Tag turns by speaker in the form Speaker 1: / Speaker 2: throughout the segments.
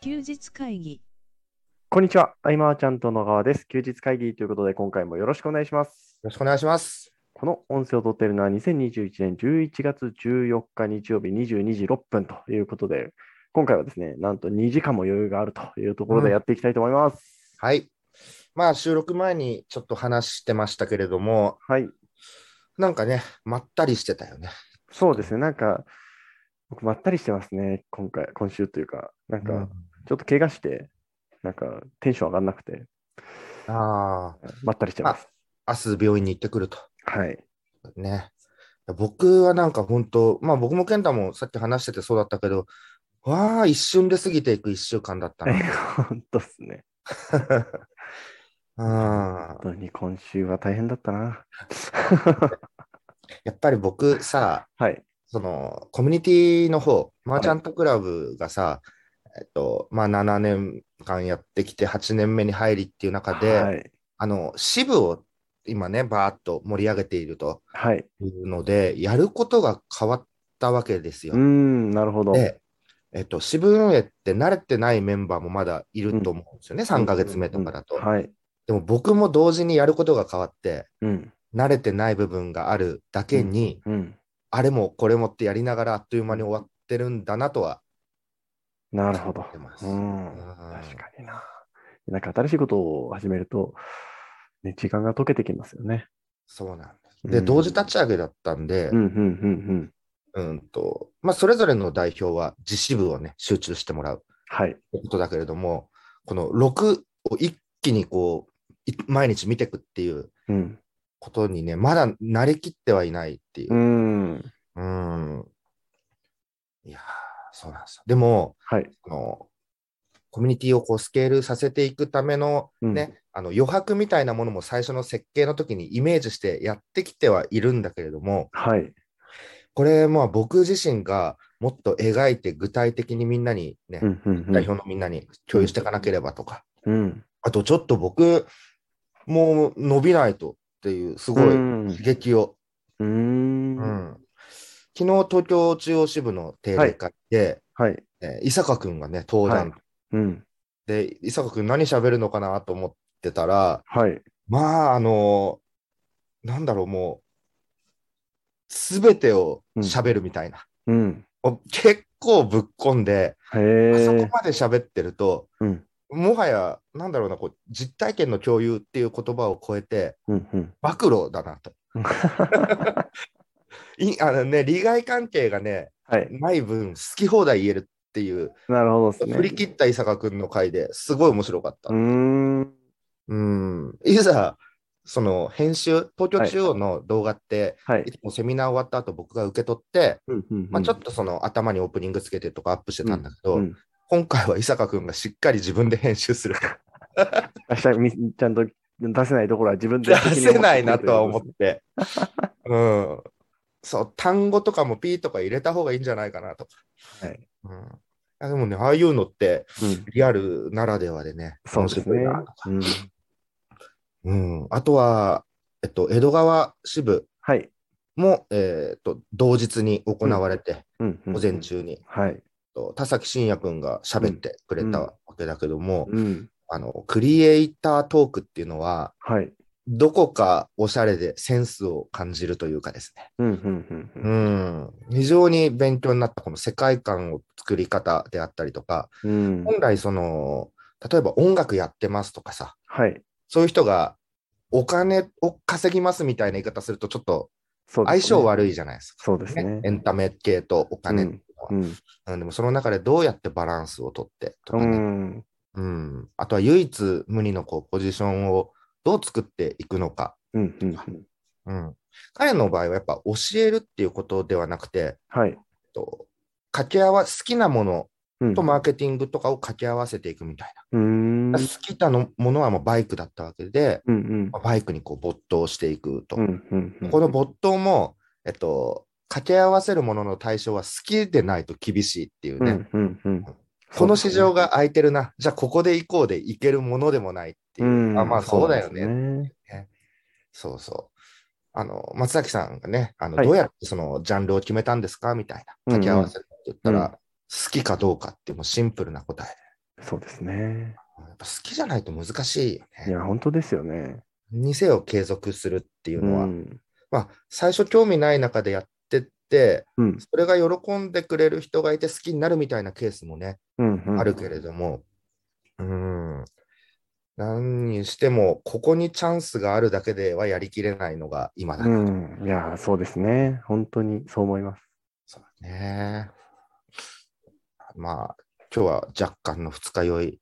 Speaker 1: 休日会議
Speaker 2: こんにちは。あいまーちゃんと野川です。休日会議ということで、今回もよろしくお願いします。
Speaker 3: ろしくお願いします。
Speaker 2: この音声を撮っているのは2021年11月14日日曜日22時6分ということで、今回はですね、なんと2時間も余裕があるというところ
Speaker 3: う
Speaker 2: で
Speaker 3: ん
Speaker 2: やっていきたいと思います。
Speaker 3: はい。まあ、収録前にちょっと話してましたけれども、
Speaker 2: はい。
Speaker 3: なんかね、まったりしてたよね。
Speaker 2: そうですね、なんか、僕、まったりしてますね、今回、今週というか、なん
Speaker 3: う
Speaker 2: か、ちょっと怪我して、なんか、テンション上がんなくて、
Speaker 3: んあ
Speaker 2: まったりしてます。
Speaker 3: あ、明日病院に行ってくると。
Speaker 2: はい。
Speaker 3: ね。僕はなんか本当、まあ僕も健太もさっき話しててそうだったけど、わあ、一瞬で過ぎていく一週間だった
Speaker 2: 本当っすね。
Speaker 3: な。うん。
Speaker 2: 本当に今週は大変だった な。
Speaker 3: やっぱり僕さ、
Speaker 2: はい。
Speaker 3: そのコミュニティの方、マーチャントクラブがさ、えっと、まあ7年間やってきて8年目に入りっていう中で、
Speaker 2: はい。
Speaker 3: あの、支部を今ね、バーッと盛り上げていると
Speaker 2: はい。
Speaker 3: いうので、やることが変わったわけですよ
Speaker 2: うー。ん、なるほど。
Speaker 3: で、えっと、支部運営って慣れてないメンバーもまだいると思うんですよね、3ヶ月目とかだと。
Speaker 2: はい。
Speaker 3: でも僕も同時にやることが変わって、
Speaker 2: うん。
Speaker 3: 慣れてない部分があるだけに、
Speaker 2: うん。
Speaker 3: あれもこれもってやりながらあっという間に終わってるんだなとは。
Speaker 2: なるほど
Speaker 3: 思ってま。す
Speaker 2: うん
Speaker 3: うん。
Speaker 2: 確かにな。なんか新しいことを始めると、ね、時間が溶けてきますよね。
Speaker 3: そうなんです。
Speaker 2: う
Speaker 3: で、
Speaker 2: ん
Speaker 3: 同時立ち上げだったんで、
Speaker 2: うん、うん、うん、うん。
Speaker 3: うんと、まあ、それぞれの代表は自支部をね、集中してもらう。
Speaker 2: はい。
Speaker 3: ことだけれども、この6を一気にこう、い毎日見ていくっていう
Speaker 2: うん。
Speaker 3: ことにね、まだ慣れきってはいないっていうう。
Speaker 2: ん。
Speaker 3: うん。いやー、そうなんですよ。でも、
Speaker 2: はい。
Speaker 3: あのコミュニティをこうスケールさせていくための
Speaker 2: うん
Speaker 3: ね、あの余白みたいなものも最初の設計の時にイメージしてやってきてはいるんだけれども、
Speaker 2: はい。
Speaker 3: これ、まあ僕自身がもっと描いて具体的にみんなにね、
Speaker 2: うん、うん、
Speaker 3: 代表のみんなに共有していかなければとか、
Speaker 2: うん。うん。
Speaker 3: あとちょっと僕、もう伸びないとっていう、すごい
Speaker 2: うん
Speaker 3: 刺激を。
Speaker 2: う。
Speaker 3: うんん昨日、東京中央支部の定例会で、
Speaker 2: はい。
Speaker 3: えー伊坂くんがね、登壇、
Speaker 2: はうん。
Speaker 3: で、伊坂くん何喋るのかなと思ってたら、
Speaker 2: はい。
Speaker 3: まあ、あのーなんだろう、もう、すべてを喋るみたいな。
Speaker 2: うん。
Speaker 3: お結構ぶっこんで、
Speaker 2: へ
Speaker 3: あそこ
Speaker 2: え。
Speaker 3: まで喋ってると、
Speaker 2: うん。
Speaker 3: もはや、なんだろうな、こう実体験の共有っていう言葉を超えて、
Speaker 2: うん、うん。
Speaker 3: 暴露だなと。いあのね、利害関係がね、
Speaker 2: はい。
Speaker 3: ない分、好き放題言えるっていう、
Speaker 2: なるほどですね。
Speaker 3: 振り切った伊坂君の回ですごい面白かった
Speaker 2: うー。ん。
Speaker 3: うん。いざ、その編集、東京中央の動画って、
Speaker 2: はいい。
Speaker 3: つもセミナー終わった後僕が受け取って、
Speaker 2: うん、うん。
Speaker 3: まあ、ちょっ
Speaker 2: と
Speaker 3: とその頭にオープニングつけてとかアップしてたんだけど、
Speaker 2: うん。
Speaker 3: 今回は伊坂君がしっかり自分で編集する。
Speaker 2: 明日みちゃんと出せないところは自分 で
Speaker 3: 出せないなとは思
Speaker 2: て
Speaker 3: って。うん。そう、単語とかもピーとか入れた方がいいんじゃないかなとか。
Speaker 2: はい
Speaker 3: うんあでもね、ああいうのって
Speaker 2: るということですね。
Speaker 3: リアルならではでね、
Speaker 2: うん、そうです
Speaker 3: 面白い
Speaker 2: ね
Speaker 3: なとか。
Speaker 2: うん。
Speaker 3: うん。あとは、えっと、江戸川支部
Speaker 2: はい。
Speaker 3: も、えーっと、同日に行われて、
Speaker 2: うんうん
Speaker 3: 午前。中に、
Speaker 2: はい。
Speaker 3: と田崎真也くんが喋ってくれたわけだけども、
Speaker 2: うん。
Speaker 3: あの、クリエイタートークっていうのは、
Speaker 2: はい。
Speaker 3: どこかおしゃれでセンスを感じるというかですね。
Speaker 2: うんうんう
Speaker 3: うんん、非常に勉強になったこの世界観を作り方であったりとか、
Speaker 2: うん。うん。
Speaker 3: 本来その、例えば音楽やってますとかさ、
Speaker 2: はい。
Speaker 3: そういう人がお金を稼ぎますみたいな言い方するとちょっと
Speaker 2: そうですね
Speaker 3: 相性。悪いじゃないですか。
Speaker 2: そうですね
Speaker 3: エ。ンタメ系とお金っていうのは、
Speaker 2: う
Speaker 3: うん
Speaker 2: ん。
Speaker 3: でもその中でどうやってバランスをとってと
Speaker 2: う
Speaker 3: かね、
Speaker 2: ん。
Speaker 3: うんあとは唯一無二のこうポジションをどう作っていくのか。
Speaker 2: うん。うん。
Speaker 3: うん、彼の場合はやっぱ教えるっていうことではなくて、
Speaker 2: はい。
Speaker 3: えっと掛け合わ好きなもの
Speaker 2: うん
Speaker 3: とマーケティングとかを掛け合わせていくみたいう
Speaker 2: ーん。
Speaker 3: な。好きなのものはもうバイクだったわけで、
Speaker 2: うんうん。
Speaker 3: まあバイクにこう没頭していくと。
Speaker 2: うんうんうん。
Speaker 3: この没頭も、えっと、掛け合わせるものの対象は好きでないと厳しいっていう
Speaker 2: う
Speaker 3: ね。
Speaker 2: んうんうん。
Speaker 3: この市場が空いてるな。じゃあここで行こうで行けるものでもないっていう。
Speaker 2: うん
Speaker 3: あまあそうだよね。
Speaker 2: そ
Speaker 3: そうう
Speaker 2: ですね
Speaker 3: そう。あの、松崎さんがね、あの、
Speaker 2: はい
Speaker 3: どうやってそのジャンルを決めたんですかみたいな。掛け合わせって言ったら、
Speaker 2: うんうん
Speaker 3: 好きかどうかっていうもうシンプルな答え
Speaker 2: そうですね。
Speaker 3: やっぱ好きじゃないと難しいよ
Speaker 2: い
Speaker 3: ね。
Speaker 2: や、本当ですよね。
Speaker 3: にせよ継続するっていう
Speaker 2: う
Speaker 3: のは、
Speaker 2: ん。
Speaker 3: まあ、最初興味ない中でやってって、
Speaker 2: うん。
Speaker 3: それが喜んでくれる人がいて好きになるみたいなケースもね、
Speaker 2: うん。うん
Speaker 3: あるけれども、うん、何にしても、ここにチャンスがあるだけではやりきれないのが今だな、
Speaker 2: うん。いや、そうですね。本当にそう思います。
Speaker 3: そうだね。まあ、今日は若干の二日酔い。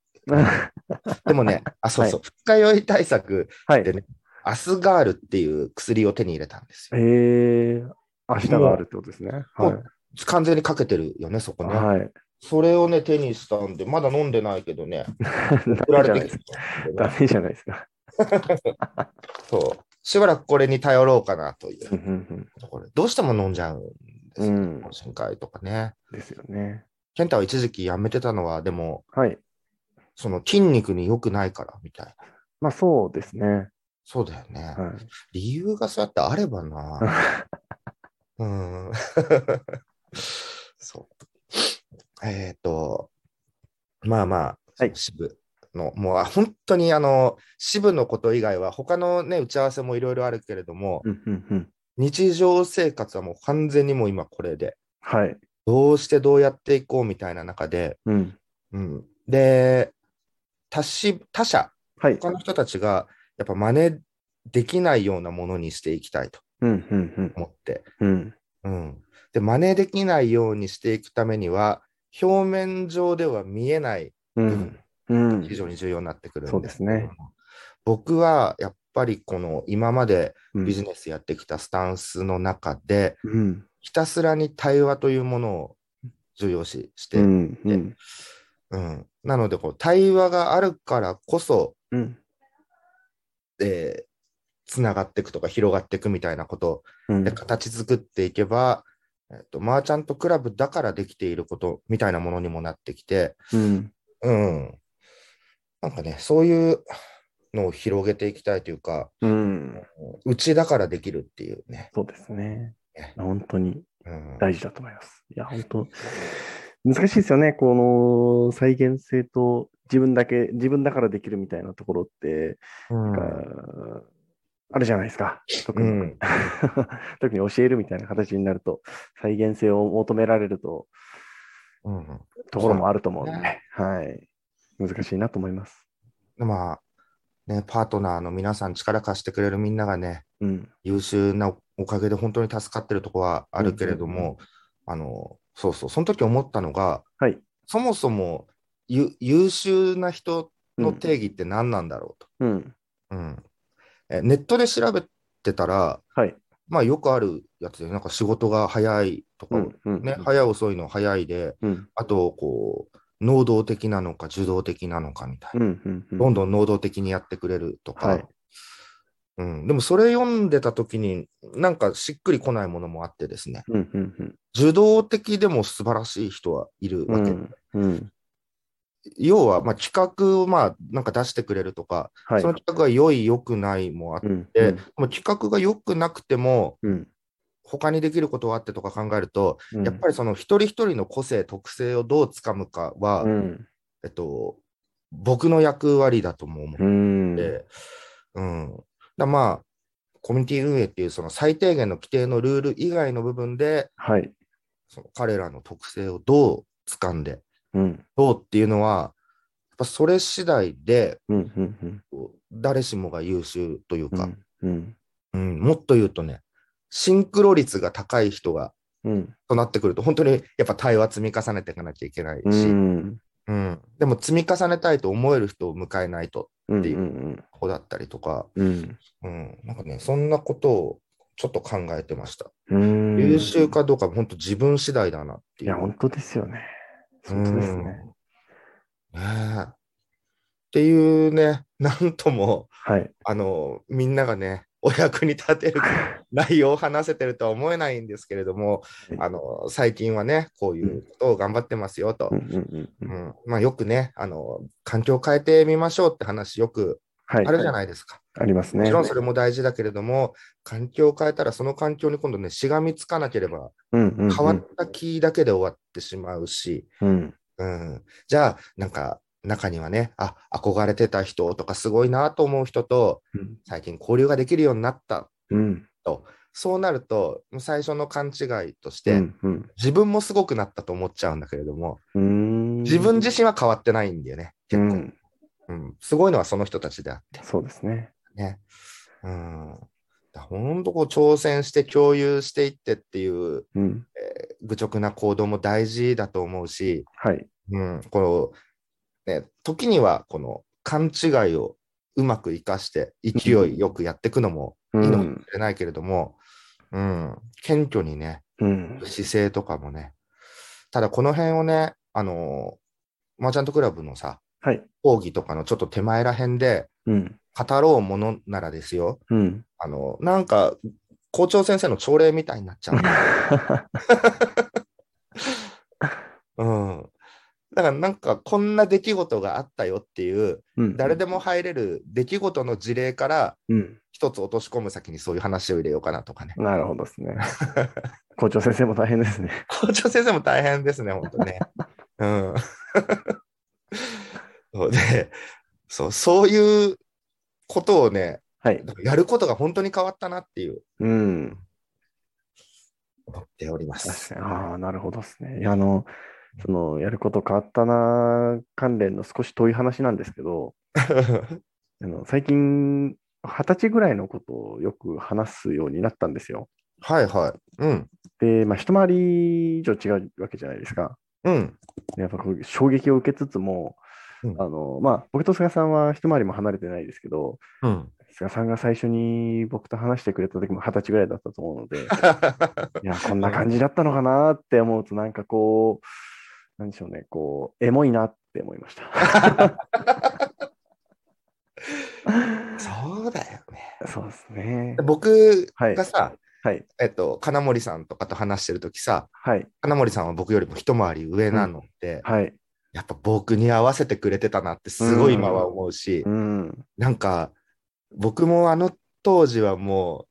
Speaker 3: でもね、あ、そうそう、二日酔い対策、
Speaker 2: はい。
Speaker 3: でねアスガールっていう薬を手に入れたんです
Speaker 2: え
Speaker 3: よ。
Speaker 2: ー、明日があるってことですね。
Speaker 3: も
Speaker 2: は
Speaker 3: う完全にかけてるよね、そこ
Speaker 2: い。
Speaker 3: ね。
Speaker 2: はい。
Speaker 3: それをね、手にしたんで、まだ飲んでないけ どね、送
Speaker 2: ダ
Speaker 3: ら
Speaker 2: メじゃ
Speaker 3: れ
Speaker 2: ない
Speaker 3: て
Speaker 2: です
Speaker 3: き
Speaker 2: か。
Speaker 3: た。
Speaker 2: ダメじゃないですか。。
Speaker 3: そう。しばらくこれに頼ろうかなといううんところ。どうしても飲んじゃうんです
Speaker 2: う
Speaker 3: よ。
Speaker 2: ん。うん
Speaker 3: 深海とかね。
Speaker 2: ですよね。
Speaker 3: 健太は一時期やめてたのは、でも、
Speaker 2: はい。
Speaker 3: その筋肉に良くないからみたいな。
Speaker 2: まあ、そうですね。
Speaker 3: そうだよね。
Speaker 2: はい。
Speaker 3: 理由がそうやってあればな。うん。 そう。えっ、と、まあまあ、
Speaker 2: はい
Speaker 3: 支部の、もうあ本当にあの、支部のこと以外は、他のね、打ち合わせもいろいろあるけれども、
Speaker 2: うんうんうん。
Speaker 3: 日常生活はもう完全にもう今これで、
Speaker 2: はい。
Speaker 3: どうしてどうやっていこうみたいな中で、
Speaker 2: うん。
Speaker 3: うん、で、他し他者、
Speaker 2: はい。
Speaker 3: 他の人たちがやっぱ真似できないようなものにしていきたいと
Speaker 2: うんうんうん。
Speaker 3: 思って、
Speaker 2: うん。
Speaker 3: うん、で真似できないようにしていくためには、表面上では見えない、
Speaker 2: うん。うん。
Speaker 3: 非常に重要になってくるん
Speaker 2: そうですね。
Speaker 3: 僕はやっぱりこの今まで
Speaker 2: うん
Speaker 3: ビジネスやってきたスタンスの中で、
Speaker 2: うん。
Speaker 3: ひたすらに対話というものを重要視して、
Speaker 2: う
Speaker 3: うん
Speaker 2: ん。うん。
Speaker 3: なのでこう対話があるからこそ、
Speaker 2: うん。
Speaker 3: えーつながっていくとか広がっていくみたいなこと
Speaker 2: うん
Speaker 3: で形作っていけば、えっとマーチャントクラブだからできていることみたいなものにもなってきて、
Speaker 2: うん。
Speaker 3: うん、なんかねそういうのを広げていきたいというか
Speaker 2: うん。
Speaker 3: うちだからできるっていうね。
Speaker 2: そうですね
Speaker 3: ね。
Speaker 2: 本当に
Speaker 3: うん
Speaker 2: 大事だと思います。いや、本当難しいですよね。この再現性と自分だけ、自分だからできるみたいなところって、
Speaker 3: う
Speaker 2: な
Speaker 3: ん
Speaker 2: んかあるじゃないですか。特
Speaker 3: う
Speaker 2: に、
Speaker 3: ん
Speaker 2: 特に教えるみたいな形になると、再現性を求められると、
Speaker 3: うん
Speaker 2: ところもあると思うんで、
Speaker 3: そうなんで
Speaker 2: はい。難しいなと思います。
Speaker 3: まあ、ね、パートナーの皆さん、力貸してくれるみんながね、
Speaker 2: うん。
Speaker 3: 優秀なおかげで本当に助かってるとこはあるけれど
Speaker 2: うんうんう
Speaker 3: も、あの、そうそう、その時思ったのが、
Speaker 2: はい
Speaker 3: そもそもゆ優秀な人の定義って何なんだろう
Speaker 2: うん。
Speaker 3: と。うんえネットで調べてたら、
Speaker 2: はい。
Speaker 3: まあよくあるやつで、なんか仕事が早いとか、
Speaker 2: うん。うん
Speaker 3: ね、早い遅いの早いで、
Speaker 2: うん。
Speaker 3: あと、こう、能動的なのか受動的なのかみたいな。
Speaker 2: うん。うん。うん
Speaker 3: どんどん能動的にやってくれるとか、
Speaker 2: はい
Speaker 3: うん、でもそれ読んでた時に、なんかしっくりこないものもあってですね、
Speaker 2: うん。うん。
Speaker 3: 受動的でも素晴らしい人はいる
Speaker 2: う
Speaker 3: わけ。
Speaker 2: ん。うん。
Speaker 3: 要は、まあ、企画をまあなんか出してくれるとか、
Speaker 2: はい
Speaker 3: その。企画が良い、良くないもあって、
Speaker 2: うん。
Speaker 3: でもう企画が良くなくても、
Speaker 2: うん。
Speaker 3: 他にできることはあってとか考えると、
Speaker 2: うん。
Speaker 3: やっぱりその一人一人の個性、特性をどうつかむかは、
Speaker 2: うん。
Speaker 3: えっと、僕の役割だとも思う
Speaker 2: うん。
Speaker 3: で、うん。だまあ、コミュニティ運営っていうその最低限の規定のルール以外の部分で、
Speaker 2: はい。
Speaker 3: その彼らの特性をどう掴んで、
Speaker 2: うん。
Speaker 3: どうっていうのは、やっぱそれ次第で、
Speaker 2: うん。うん。うん。
Speaker 3: こう誰しもが優秀というか、
Speaker 2: うん。
Speaker 3: うんもっと言うとね、シンクロ率が高い人が、
Speaker 2: うん。
Speaker 3: となってくると、本当にやっぱ対話積み重ねていかなきゃいけないし、
Speaker 2: う
Speaker 3: うん
Speaker 2: ん。
Speaker 3: でも積み重ねたいと思える人を迎えないと、
Speaker 2: うん。うん。
Speaker 3: こうだったりとか、
Speaker 2: うん。
Speaker 3: うん、なんかね、そんなことをちょっと考えてました。
Speaker 2: うん。
Speaker 3: 優秀かどうか、本当自分次第だなって
Speaker 2: い
Speaker 3: いう。
Speaker 2: や、本当ですよね。本当ですね。
Speaker 3: うんねえっていうね、なんとも、
Speaker 2: はい。
Speaker 3: あの、みんながね、お役に立てる内容を話せてるとは思えないんですけれども
Speaker 2: はい、
Speaker 3: あの、最近はね、こういうことを頑張ってますよと
Speaker 2: うん。。うん。う。
Speaker 3: うんんまあ、よくね、あの、環境を変えてみましょうって話、よく
Speaker 2: はい。
Speaker 3: あるじゃ
Speaker 2: い。
Speaker 3: ないですか。
Speaker 2: ありますね。
Speaker 3: もちろんそれも大事だけれども、環境を変えたら、その環境に今度ね、しがみつかなければ、
Speaker 2: うん。うん。
Speaker 3: 変わった気だけで終わってしまうし、
Speaker 2: うん。
Speaker 3: うんじゃあ、なんか、中にはね、あ、憧れてた人とかすごいなと思う人と、
Speaker 2: うん
Speaker 3: 最近交流ができるようになった。
Speaker 2: うん。
Speaker 3: そうなると、最初の勘違いとして、
Speaker 2: うんうん
Speaker 3: 自分もすごくなったと思っちゃうんだけれども、
Speaker 2: うーん。
Speaker 3: 自分自身は変わってないんだよね、結
Speaker 2: う
Speaker 3: 構。
Speaker 2: ん
Speaker 3: うん、すごいのはその人たちであって
Speaker 2: そうですね。
Speaker 3: ね。うん。本当こう挑戦して共有していってっていう
Speaker 2: うん。
Speaker 3: 愚直な行動も大事だと思うし、
Speaker 2: はい。
Speaker 3: うん、この、ね、時にはこの勘違いをうまく生かして勢いよくやっていくのも
Speaker 2: う
Speaker 3: いいのかも
Speaker 2: ん。
Speaker 3: しれないけれども、うん、謙虚にね、
Speaker 2: うん。
Speaker 3: 姿勢とかもね、ただこの辺をね、あのマーチャントクラブのさ、
Speaker 2: はい。
Speaker 3: 講義とかのちょっと手前ら辺で、
Speaker 2: うん。
Speaker 3: 語ろうものならですよ、
Speaker 2: うん。
Speaker 3: あの、なんか、校長先生の朝礼みたいになっちゃう。うん。だからなんか、こんな出来事があったよっていう、
Speaker 2: うん
Speaker 3: 誰でも入れる出来事の事例から、
Speaker 2: うん。
Speaker 3: 一つ落とし込む先にそういう話を入れようかなと かね。
Speaker 2: なるほどですね。校長先生も大変ですね。
Speaker 3: 校長先生も大変ですね、本当ね。うん。そうで、そう、そういうことをね、
Speaker 2: はい。
Speaker 3: やることが本当に変わったなっていう、
Speaker 2: うん。
Speaker 3: 思っており ます。
Speaker 2: 確かに。ああ、なるほどですね。いや、あの、その、やること変わったな関連の少し遠い話なんですけど、あの最近、二十歳ぐらいのことをよく話すようになったんですよ。
Speaker 3: はいはい。うん。
Speaker 2: で、まあ、一回り以上違うわけじゃないですか。
Speaker 3: うん。
Speaker 2: やっぱこう衝撃を受けつつも、
Speaker 3: うん
Speaker 2: あのまあ、僕と菅さんは一回りも離れてないですけど、
Speaker 3: うん。
Speaker 2: 菅さんが最初に僕と話してくれた時も二十歳ぐらいだったと思うので、いや、こんな感じだったのかなって思うと、なんかこう、なんでしょうね、こう、エモいなって思いました。
Speaker 3: そうだよね。
Speaker 2: そうですね。
Speaker 3: 僕
Speaker 2: はい
Speaker 3: が。さ、
Speaker 2: はい。
Speaker 3: えっと、金森さんとかと話してるときさ、
Speaker 2: はい。
Speaker 3: 金森さんは僕よりも一回り上なので、
Speaker 2: はい。
Speaker 3: やっぱ僕に合わせてくれてたなってすごい今は思うし、
Speaker 2: うん。
Speaker 3: なんか僕もあの当時はも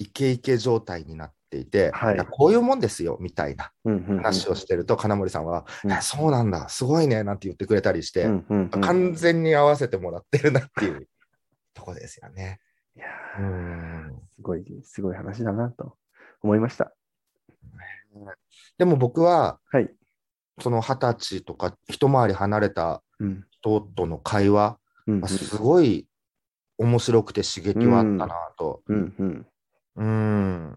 Speaker 3: うイケイケ状態になっていて、
Speaker 2: はい
Speaker 3: やこういうもんですよみたいな
Speaker 2: うんうんうん。
Speaker 3: 話をしてると、金森さんは、
Speaker 2: うん
Speaker 3: あそうなんだ、すごいねなんて言ってくれたりして、
Speaker 2: うんうんうん
Speaker 3: 完全に合わせてもらってるなっていうとこですよね。
Speaker 2: いや
Speaker 3: う
Speaker 2: ー
Speaker 3: ん
Speaker 2: すごい、すごい話だなと思いました。
Speaker 3: でも僕は、
Speaker 2: はい。
Speaker 3: その二十歳とか一回り離れた
Speaker 2: うん。
Speaker 3: 人との会話
Speaker 2: うんうん
Speaker 3: がすごい面白くて刺激はあったなと。
Speaker 2: うんうん。
Speaker 3: うん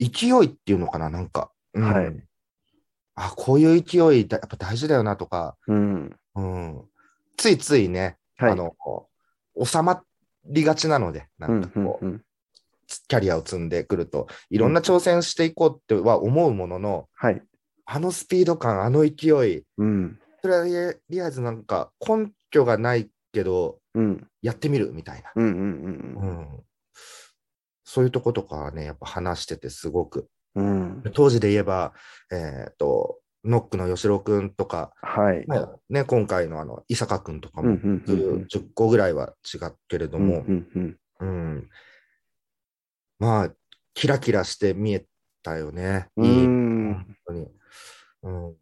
Speaker 3: 勢いっていうのかな、なんか。うん
Speaker 2: はい
Speaker 3: あ、こういう勢いだ、やっぱ大事だよなとか、
Speaker 2: うん。
Speaker 3: うん、ついついね、
Speaker 2: はい。
Speaker 3: あの、収まりがちなので、なんかこう、
Speaker 2: うんうんうん
Speaker 3: キャリアを積んでくると、いろんな挑戦していこうっては思うものの、
Speaker 2: はい。
Speaker 3: あのスピード感、あの勢い、
Speaker 2: うん。
Speaker 3: それはりあえずなんか根拠がないけど、
Speaker 2: うん。
Speaker 3: やってみるみたいな、
Speaker 2: うんうん
Speaker 3: う。んそういうとことかはね、やっぱ話しててすごく。
Speaker 2: うん。うん。
Speaker 3: 当時で言えば、えっ、と、ノックの吉郎くんとか、
Speaker 2: はい。
Speaker 3: ね、今回のあの、伊坂くんとか
Speaker 2: うんう
Speaker 3: も、
Speaker 2: んうんうん。
Speaker 3: 10個ぐらいは違うけれど
Speaker 2: う
Speaker 3: も、
Speaker 2: んうん
Speaker 3: うんまあ、キラキラして見えたよね。い
Speaker 2: うん。う
Speaker 3: い、
Speaker 2: ん。
Speaker 3: 本当に。うん、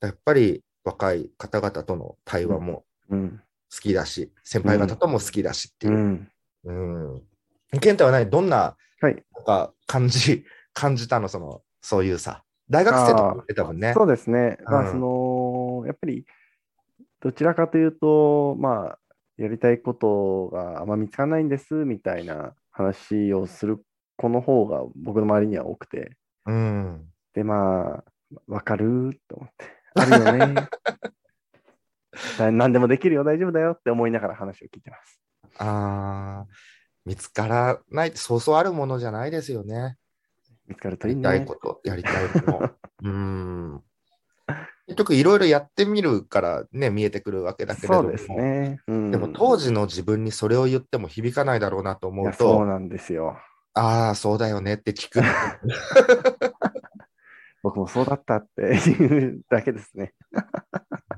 Speaker 3: やっぱり若い方々との対話も
Speaker 2: うん。
Speaker 3: 好きだし、先輩方とも好きだしって
Speaker 2: う
Speaker 3: いう。
Speaker 2: ん。
Speaker 3: うん。健太は何どんな、
Speaker 2: はい
Speaker 3: なんか感じ、感じたのその、そういうさ。大学生とかってたもんね。
Speaker 2: そうですね。ま
Speaker 3: う
Speaker 2: あ、
Speaker 3: ん
Speaker 2: その、やっぱり、どちらかというと、まあ、やりたいことがあんま見つからないんです、みたいな話をする子の方が僕の周りには多くて。
Speaker 3: うん。
Speaker 2: で、まあ、わかると思って。あるよね。だ何でもできるよ、大丈夫だよって思いながら話を聞いてます。
Speaker 3: ああ、見つからないってそうそうあるものじゃないですよね。
Speaker 2: 見つかると
Speaker 3: や
Speaker 2: いい
Speaker 3: りたい
Speaker 2: ね
Speaker 3: こ。と、やりたいも の。うん。結局いろいろやってみるからね、見えてくるわけだけれど
Speaker 2: そ
Speaker 3: も。
Speaker 2: うですね。うん、
Speaker 3: でも当時の自分にそれを言っても響かないだろうなと思
Speaker 2: いうやそう
Speaker 3: と、
Speaker 2: なんですよ。
Speaker 3: ああ、そうだよねって聞く。
Speaker 2: 僕もそうだったって いうだけですね。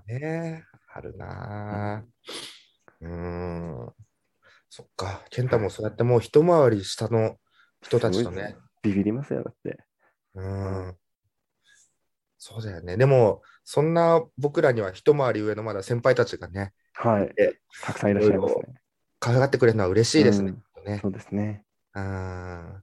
Speaker 3: ねあるなぁうーん。そっか、健太もそうやってもう一回り下の人たちとね。
Speaker 2: ビビりますよ、だって。
Speaker 3: うーん。そうだよね。でも、そんな僕らには一回り上のまだ先輩たちがね、
Speaker 2: はい
Speaker 3: え。
Speaker 2: たくさんいらっしゃいますね。
Speaker 3: かがってくれるのは嬉しいですね。ね
Speaker 2: そうですね。
Speaker 3: うん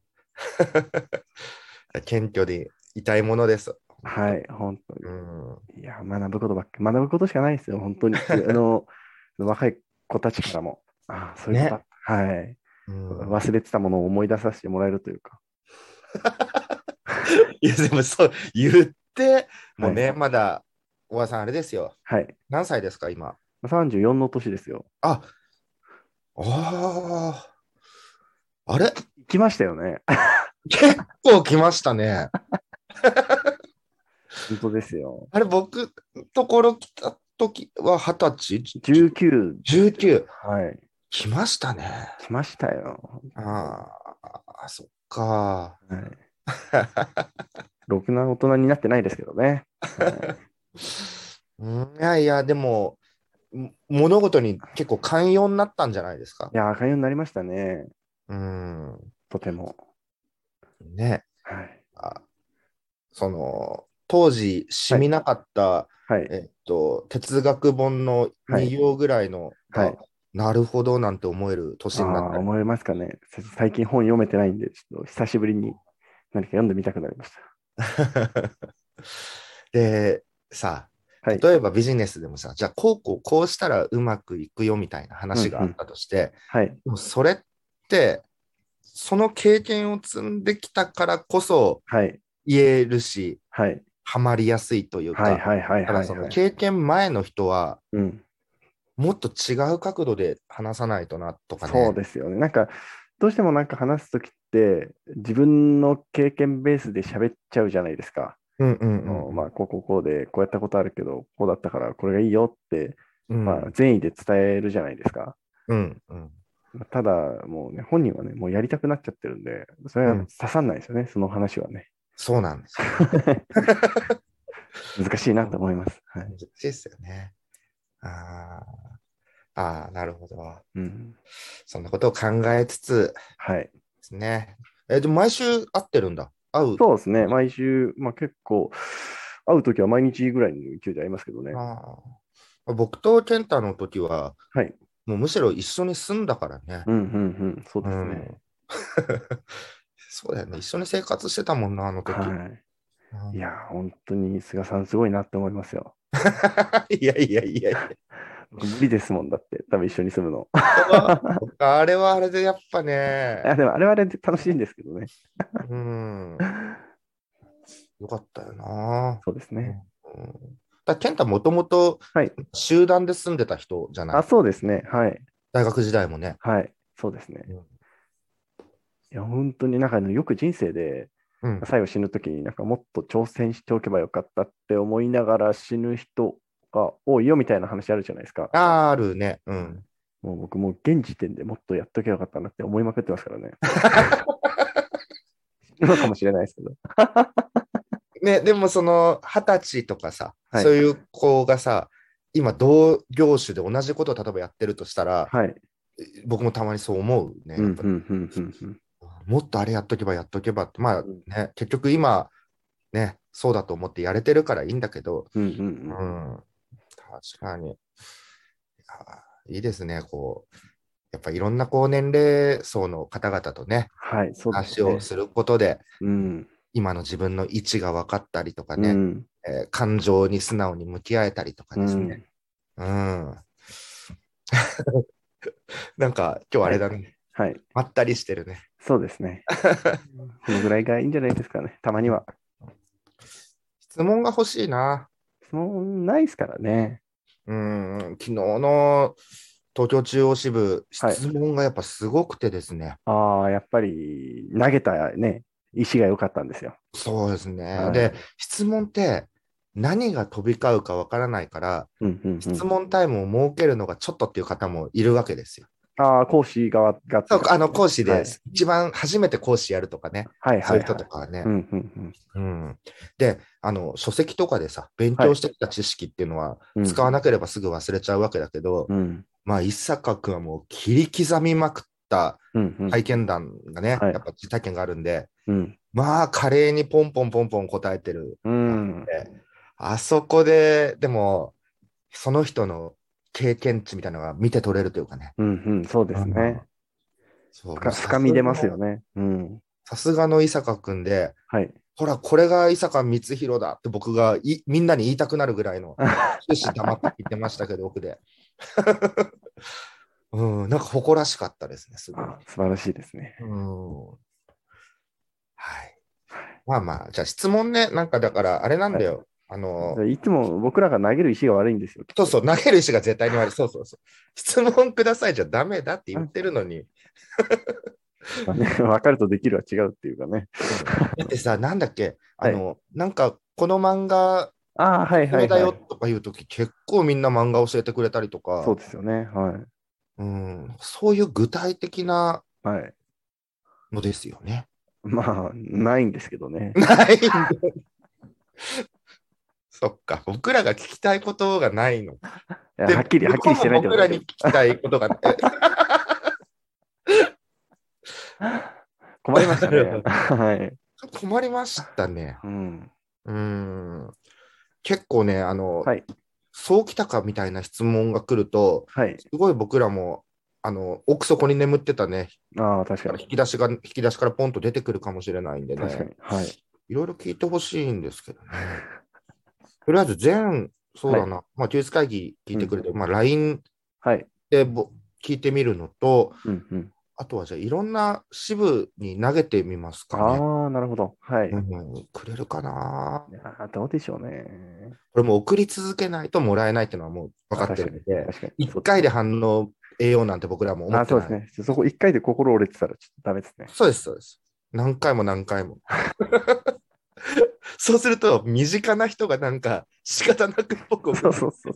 Speaker 3: 謙虚でいたいものです。
Speaker 2: はい、本当
Speaker 3: うん、
Speaker 2: に。いや、学ぶことばっかり、学ぶことしかないですよ、本 当に。あの、若い子たちからも。ああ、そういうことだはい。
Speaker 3: うん
Speaker 2: 忘れてたものを思い出させてもらえるというか。
Speaker 3: いやでもそう言ってもうね、まだおばさんあれですよ
Speaker 2: はい。
Speaker 3: 何歳ですか今
Speaker 2: 34の年ですよ。
Speaker 3: ああーあれ
Speaker 2: 行きましたよね。
Speaker 3: 結構来ましたね
Speaker 2: 本当ですよ。
Speaker 3: あれ僕のところ来た時は二十歳
Speaker 2: 19、
Speaker 3: 19
Speaker 2: はい。
Speaker 3: 来ましたね
Speaker 2: 来ましたよ。
Speaker 3: ああそっか
Speaker 2: はい。ろくな大人になってないですけどね。
Speaker 3: うんいやいやでもも物事に結構寛容になったんじゃないですか
Speaker 2: いやー、寛容になりましたね。
Speaker 3: うん
Speaker 2: とても。
Speaker 3: ね
Speaker 2: はい。
Speaker 3: あその当時しみなかった、
Speaker 2: はい。
Speaker 3: えっと、哲学本の
Speaker 2: はい
Speaker 3: 2行ぐらいの、が
Speaker 2: はい
Speaker 3: なるほどなんて思える年
Speaker 2: あ
Speaker 3: になった
Speaker 2: ー思いますかね。さ最近本読めてないんで、ちょっと久しぶりに何か読んでみたくなりまし
Speaker 3: でさ
Speaker 2: た。はい。
Speaker 3: 例えばビジネスでもさじゃあこうこうこうしたらうまくいくよみたいな話があったとして、
Speaker 2: はい。
Speaker 3: でもそれってその経験を積んできたからこそ
Speaker 2: はい。
Speaker 3: 言えるし
Speaker 2: はい。
Speaker 3: ハマりやすいというか、
Speaker 2: はい。はい。はい。
Speaker 3: た
Speaker 2: は
Speaker 3: だ
Speaker 2: い
Speaker 3: その
Speaker 2: はい。
Speaker 3: 経験前の人は
Speaker 2: うん。
Speaker 3: もっと違う角度で話さないとなとかね。
Speaker 2: そうですよね。なんか、どうしてもなんか話すときって、自分の経験ベースで喋っちゃうじゃないですか。
Speaker 3: うんうん
Speaker 2: あ
Speaker 3: うん
Speaker 2: のまあ、こうこうこうで、こうやったことあるけど、こうだったからこれがいいよって、
Speaker 3: うん
Speaker 2: まあ、善意で伝えるじゃないですか。
Speaker 3: うんうん
Speaker 2: ただ、もうね、本人はね、もうやりたくなっちゃってるんで、それは
Speaker 3: うん
Speaker 2: 刺さんないですよね、その話はね。
Speaker 3: そうなんですよ。
Speaker 2: 難しいなと思います。はい。
Speaker 3: 難しいですよね。あーあー、なるほど。
Speaker 2: うん。
Speaker 3: そんなことを考えつつ
Speaker 2: はい。
Speaker 3: ですね。え、でも毎週会ってるんだ。会う。
Speaker 2: そうですね、毎週、まあ結構、会うときは毎日ぐらいの勢いで会いますけどね。は
Speaker 3: あー僕と健太の時は、
Speaker 2: い。
Speaker 3: もうむしろ一緒に住んだからね。
Speaker 2: うんうんうん、そうですね。
Speaker 3: うん そうだよね。一緒に生活してたもんな、あの時。
Speaker 2: はい。いや、本当に菅さんすごいなって思いますよ。
Speaker 3: うんいやいやいやいや。
Speaker 2: 僕無理ですもんだって、多分一緒に住むの。
Speaker 3: あれはあれでやっぱね
Speaker 2: い。やでもあれはあれで楽しいんですけどね。
Speaker 3: うん。よかったよな。
Speaker 2: そうですね。
Speaker 3: うん、だから健太もともと
Speaker 2: はい
Speaker 3: 集団で住んでた人じゃない、
Speaker 2: あ、そうですね。はい。
Speaker 3: 大学時代もね。
Speaker 2: はい。そうですね
Speaker 3: うん。
Speaker 2: いや、本当になんかあのよく人生で、
Speaker 3: うん、
Speaker 2: 最後死ぬときになんかもっと挑戦しておけばよかったって思いながら死ぬ人が多いよみたいな話あるじゃないですか。
Speaker 3: あるね。うん。
Speaker 2: もう僕もう現時点でもっとやっとけばよかったなって思いまくってますから ね。死ぬのかもしれないですけど。
Speaker 3: ね、でもその二十歳とかさ、
Speaker 2: はい
Speaker 3: そういう子がさ、今同業種で同じことを例えばやってるとしたら、
Speaker 2: はい。
Speaker 3: 僕もたまにそう思うね。
Speaker 2: うんう
Speaker 3: やっ
Speaker 2: ん
Speaker 3: ぱ
Speaker 2: う
Speaker 3: り
Speaker 2: んうんうん
Speaker 3: もっとあれやっとけばやっとけばって、まあ
Speaker 2: うん
Speaker 3: ね、結局今、ね、そうだと思ってやれてるからいいんだけど、
Speaker 2: うんうんうん
Speaker 3: うん、確かに。いやいいですね、こう、やっぱいろんなこう年齢層の方々とね、
Speaker 2: はい、そうです
Speaker 3: 話
Speaker 2: ね
Speaker 3: を。することで、
Speaker 2: うん。
Speaker 3: 今の自分の位置が分かったりとか
Speaker 2: う
Speaker 3: ね、
Speaker 2: ん。
Speaker 3: えー感情に素直に向き合えたりとか
Speaker 2: う
Speaker 3: です
Speaker 2: ん
Speaker 3: ね。うん。 なんか今日あれだね、
Speaker 2: はい。
Speaker 3: まったりしてるね。
Speaker 2: そうです ね。このぐらいがいいんじゃないですかね。たまには。
Speaker 3: 質問が欲しいな。
Speaker 2: 質問ないですからね。
Speaker 3: うん、昨日の東京中央支部、
Speaker 2: はい
Speaker 3: 質問がやっぱすごくてですね。
Speaker 2: ああ、やっぱり投げたね、石が良かったんですよ。
Speaker 3: そうですね。
Speaker 2: はい
Speaker 3: で、質問って何が飛び交うかわからないから、
Speaker 2: うんうんうん、
Speaker 3: 質問タイムを設けるのがちょっとっていう方もいるわけですよ。
Speaker 2: ああ、講師側が。
Speaker 3: そうあの講師で、
Speaker 2: はい
Speaker 3: 一番初めて講師やるとかね、
Speaker 2: はい
Speaker 3: そ
Speaker 2: は
Speaker 3: う
Speaker 2: い、
Speaker 3: いう
Speaker 2: は
Speaker 3: 人
Speaker 2: い
Speaker 3: と。かはね。
Speaker 2: うんうん
Speaker 3: うんであの、書籍とかでさ、勉強してきた知識っていうのは、
Speaker 2: うん、
Speaker 3: 使わ
Speaker 2: な
Speaker 3: なければすぐ忘れちゃうわけだけど、
Speaker 2: うん
Speaker 3: まあ、伊坂君はもう切り刻みまくった
Speaker 2: うんうん
Speaker 3: 体験談がね、
Speaker 2: はい
Speaker 3: やっぱ実体験があるんで、
Speaker 2: うん
Speaker 3: まあ、華麗にポンポンポンポン答えてる
Speaker 2: うん
Speaker 3: であそこで、でも、その人の経験値みたいなのが見て取れるというかね。
Speaker 2: うんうん、そうですね。
Speaker 3: そう
Speaker 2: 深深み出ますよ。ね。うん。
Speaker 3: さすがの伊坂君で、
Speaker 2: はい。
Speaker 3: ほら、これが伊坂光弘だって僕がいみんなに言いたくなるぐら いの終始黙って言ってましたけど、奥で。 うん、なんか誇らしかったですね、すごい。
Speaker 2: あ素晴らしいですね。
Speaker 3: うんはい。まあまあ、じゃあ質問ね、なんかだから、あれなんだよ。あの、
Speaker 2: いつも僕らが投げる石が悪いんですよ。
Speaker 3: そうそう、投げる石が絶対に悪い。そうそうそう。質問くださいじゃダメだって言ってるのに。
Speaker 2: う。 分かるとできるは違うっていうかね。
Speaker 3: だってさ、なんだっけ、あ
Speaker 2: はい
Speaker 3: の、なんか、この漫画、
Speaker 2: ああ、はい
Speaker 3: こ
Speaker 2: は
Speaker 3: れ
Speaker 2: い、
Speaker 3: だよ
Speaker 2: はい。
Speaker 3: とかいうとき、結構みんな漫画教えてくれたりとか、
Speaker 2: そうですよね。は。
Speaker 3: うん、そういう具体的ない
Speaker 2: はい。
Speaker 3: のですよね。
Speaker 2: まあ、ないんですけどね。
Speaker 3: ないんだよそっか、僕らが聞きたいことがないの
Speaker 2: いや
Speaker 3: で
Speaker 2: はっきり、はっきりしてない
Speaker 3: 向
Speaker 2: と
Speaker 3: こうも
Speaker 2: 思
Speaker 3: 僕ら
Speaker 2: うけ
Speaker 3: に
Speaker 2: ど
Speaker 3: 聞きたいことがない。
Speaker 2: 困りましたね
Speaker 3: なる。
Speaker 2: はい。
Speaker 3: 困りましたね。
Speaker 2: うん。
Speaker 3: うーん。結構ね、あの、
Speaker 2: はい。
Speaker 3: そうきたかみたいな質問が来ると、
Speaker 2: はい。
Speaker 3: すごい僕らも、あの、奥底に眠ってたね、
Speaker 2: ああ、確か
Speaker 3: 引
Speaker 2: に。
Speaker 3: き出しが、引き出しからポンと出てくるかもしれないんで
Speaker 2: 確か
Speaker 3: ね
Speaker 2: に。、はい。
Speaker 3: いろいろ聞いてほしいんですけどね。とりあえず、全、そうだな、まあ、休日会議聞いてくれて、まあ、LINE
Speaker 2: はい。
Speaker 3: でぼ聞いてみるのと、
Speaker 2: うんうん。
Speaker 3: あとはじゃあ、いろんな支部に投げてみますかね。
Speaker 2: ああ、なるほど。はい。
Speaker 3: うん、くれるかない
Speaker 2: やーどうでしょうね。
Speaker 3: これもう送り続けないともらえないっていうのはもう分かってるので、
Speaker 2: 確かに。
Speaker 3: 1回で反応得ようなんて僕らも思
Speaker 2: あ
Speaker 3: っ
Speaker 2: あ、
Speaker 3: て
Speaker 2: そう
Speaker 3: ない。
Speaker 2: ですね。そこ一回で心折れてたらちょっとダメですね。
Speaker 3: そうです、そうです。何回も何回も。 そうすると、身近な人がなんか仕方なく僕を
Speaker 2: そうそうそう。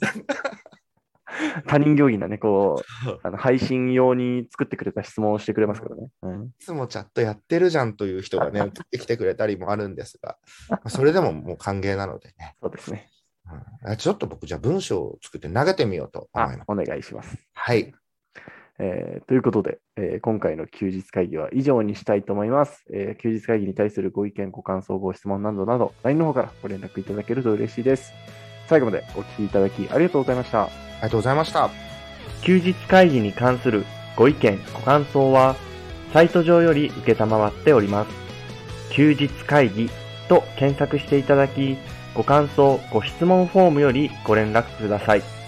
Speaker 2: 他人行儀なね、こ
Speaker 3: そう
Speaker 2: う、あの配信用に作ってくれた質問をしてくれますからね。うん
Speaker 3: いつもチャットやってるじゃんという人がね、送ってきてくれたりもあるんですが、それでももう歓迎なのでね。
Speaker 2: そうですね。
Speaker 3: うんちょっと僕、じゃあ文章を作って投げてみようと
Speaker 2: あ
Speaker 3: 思います。
Speaker 2: お願いします。
Speaker 3: はい。
Speaker 2: えーということで、えー今回の休日会議は以上にしたいと思います、えー休日会議に対するご意見、ご感想、ご質問などなど、LINE の方からご連絡いただけると嬉しいです。最後までお聞きいただきありがとうございました。
Speaker 3: ありがとうございました。
Speaker 2: 休日会議に関するご意見、ご感想は、サイト上より受けたまわっております。休日会議と検索していただき、ご感想、ご質問フォームよりご連絡ください。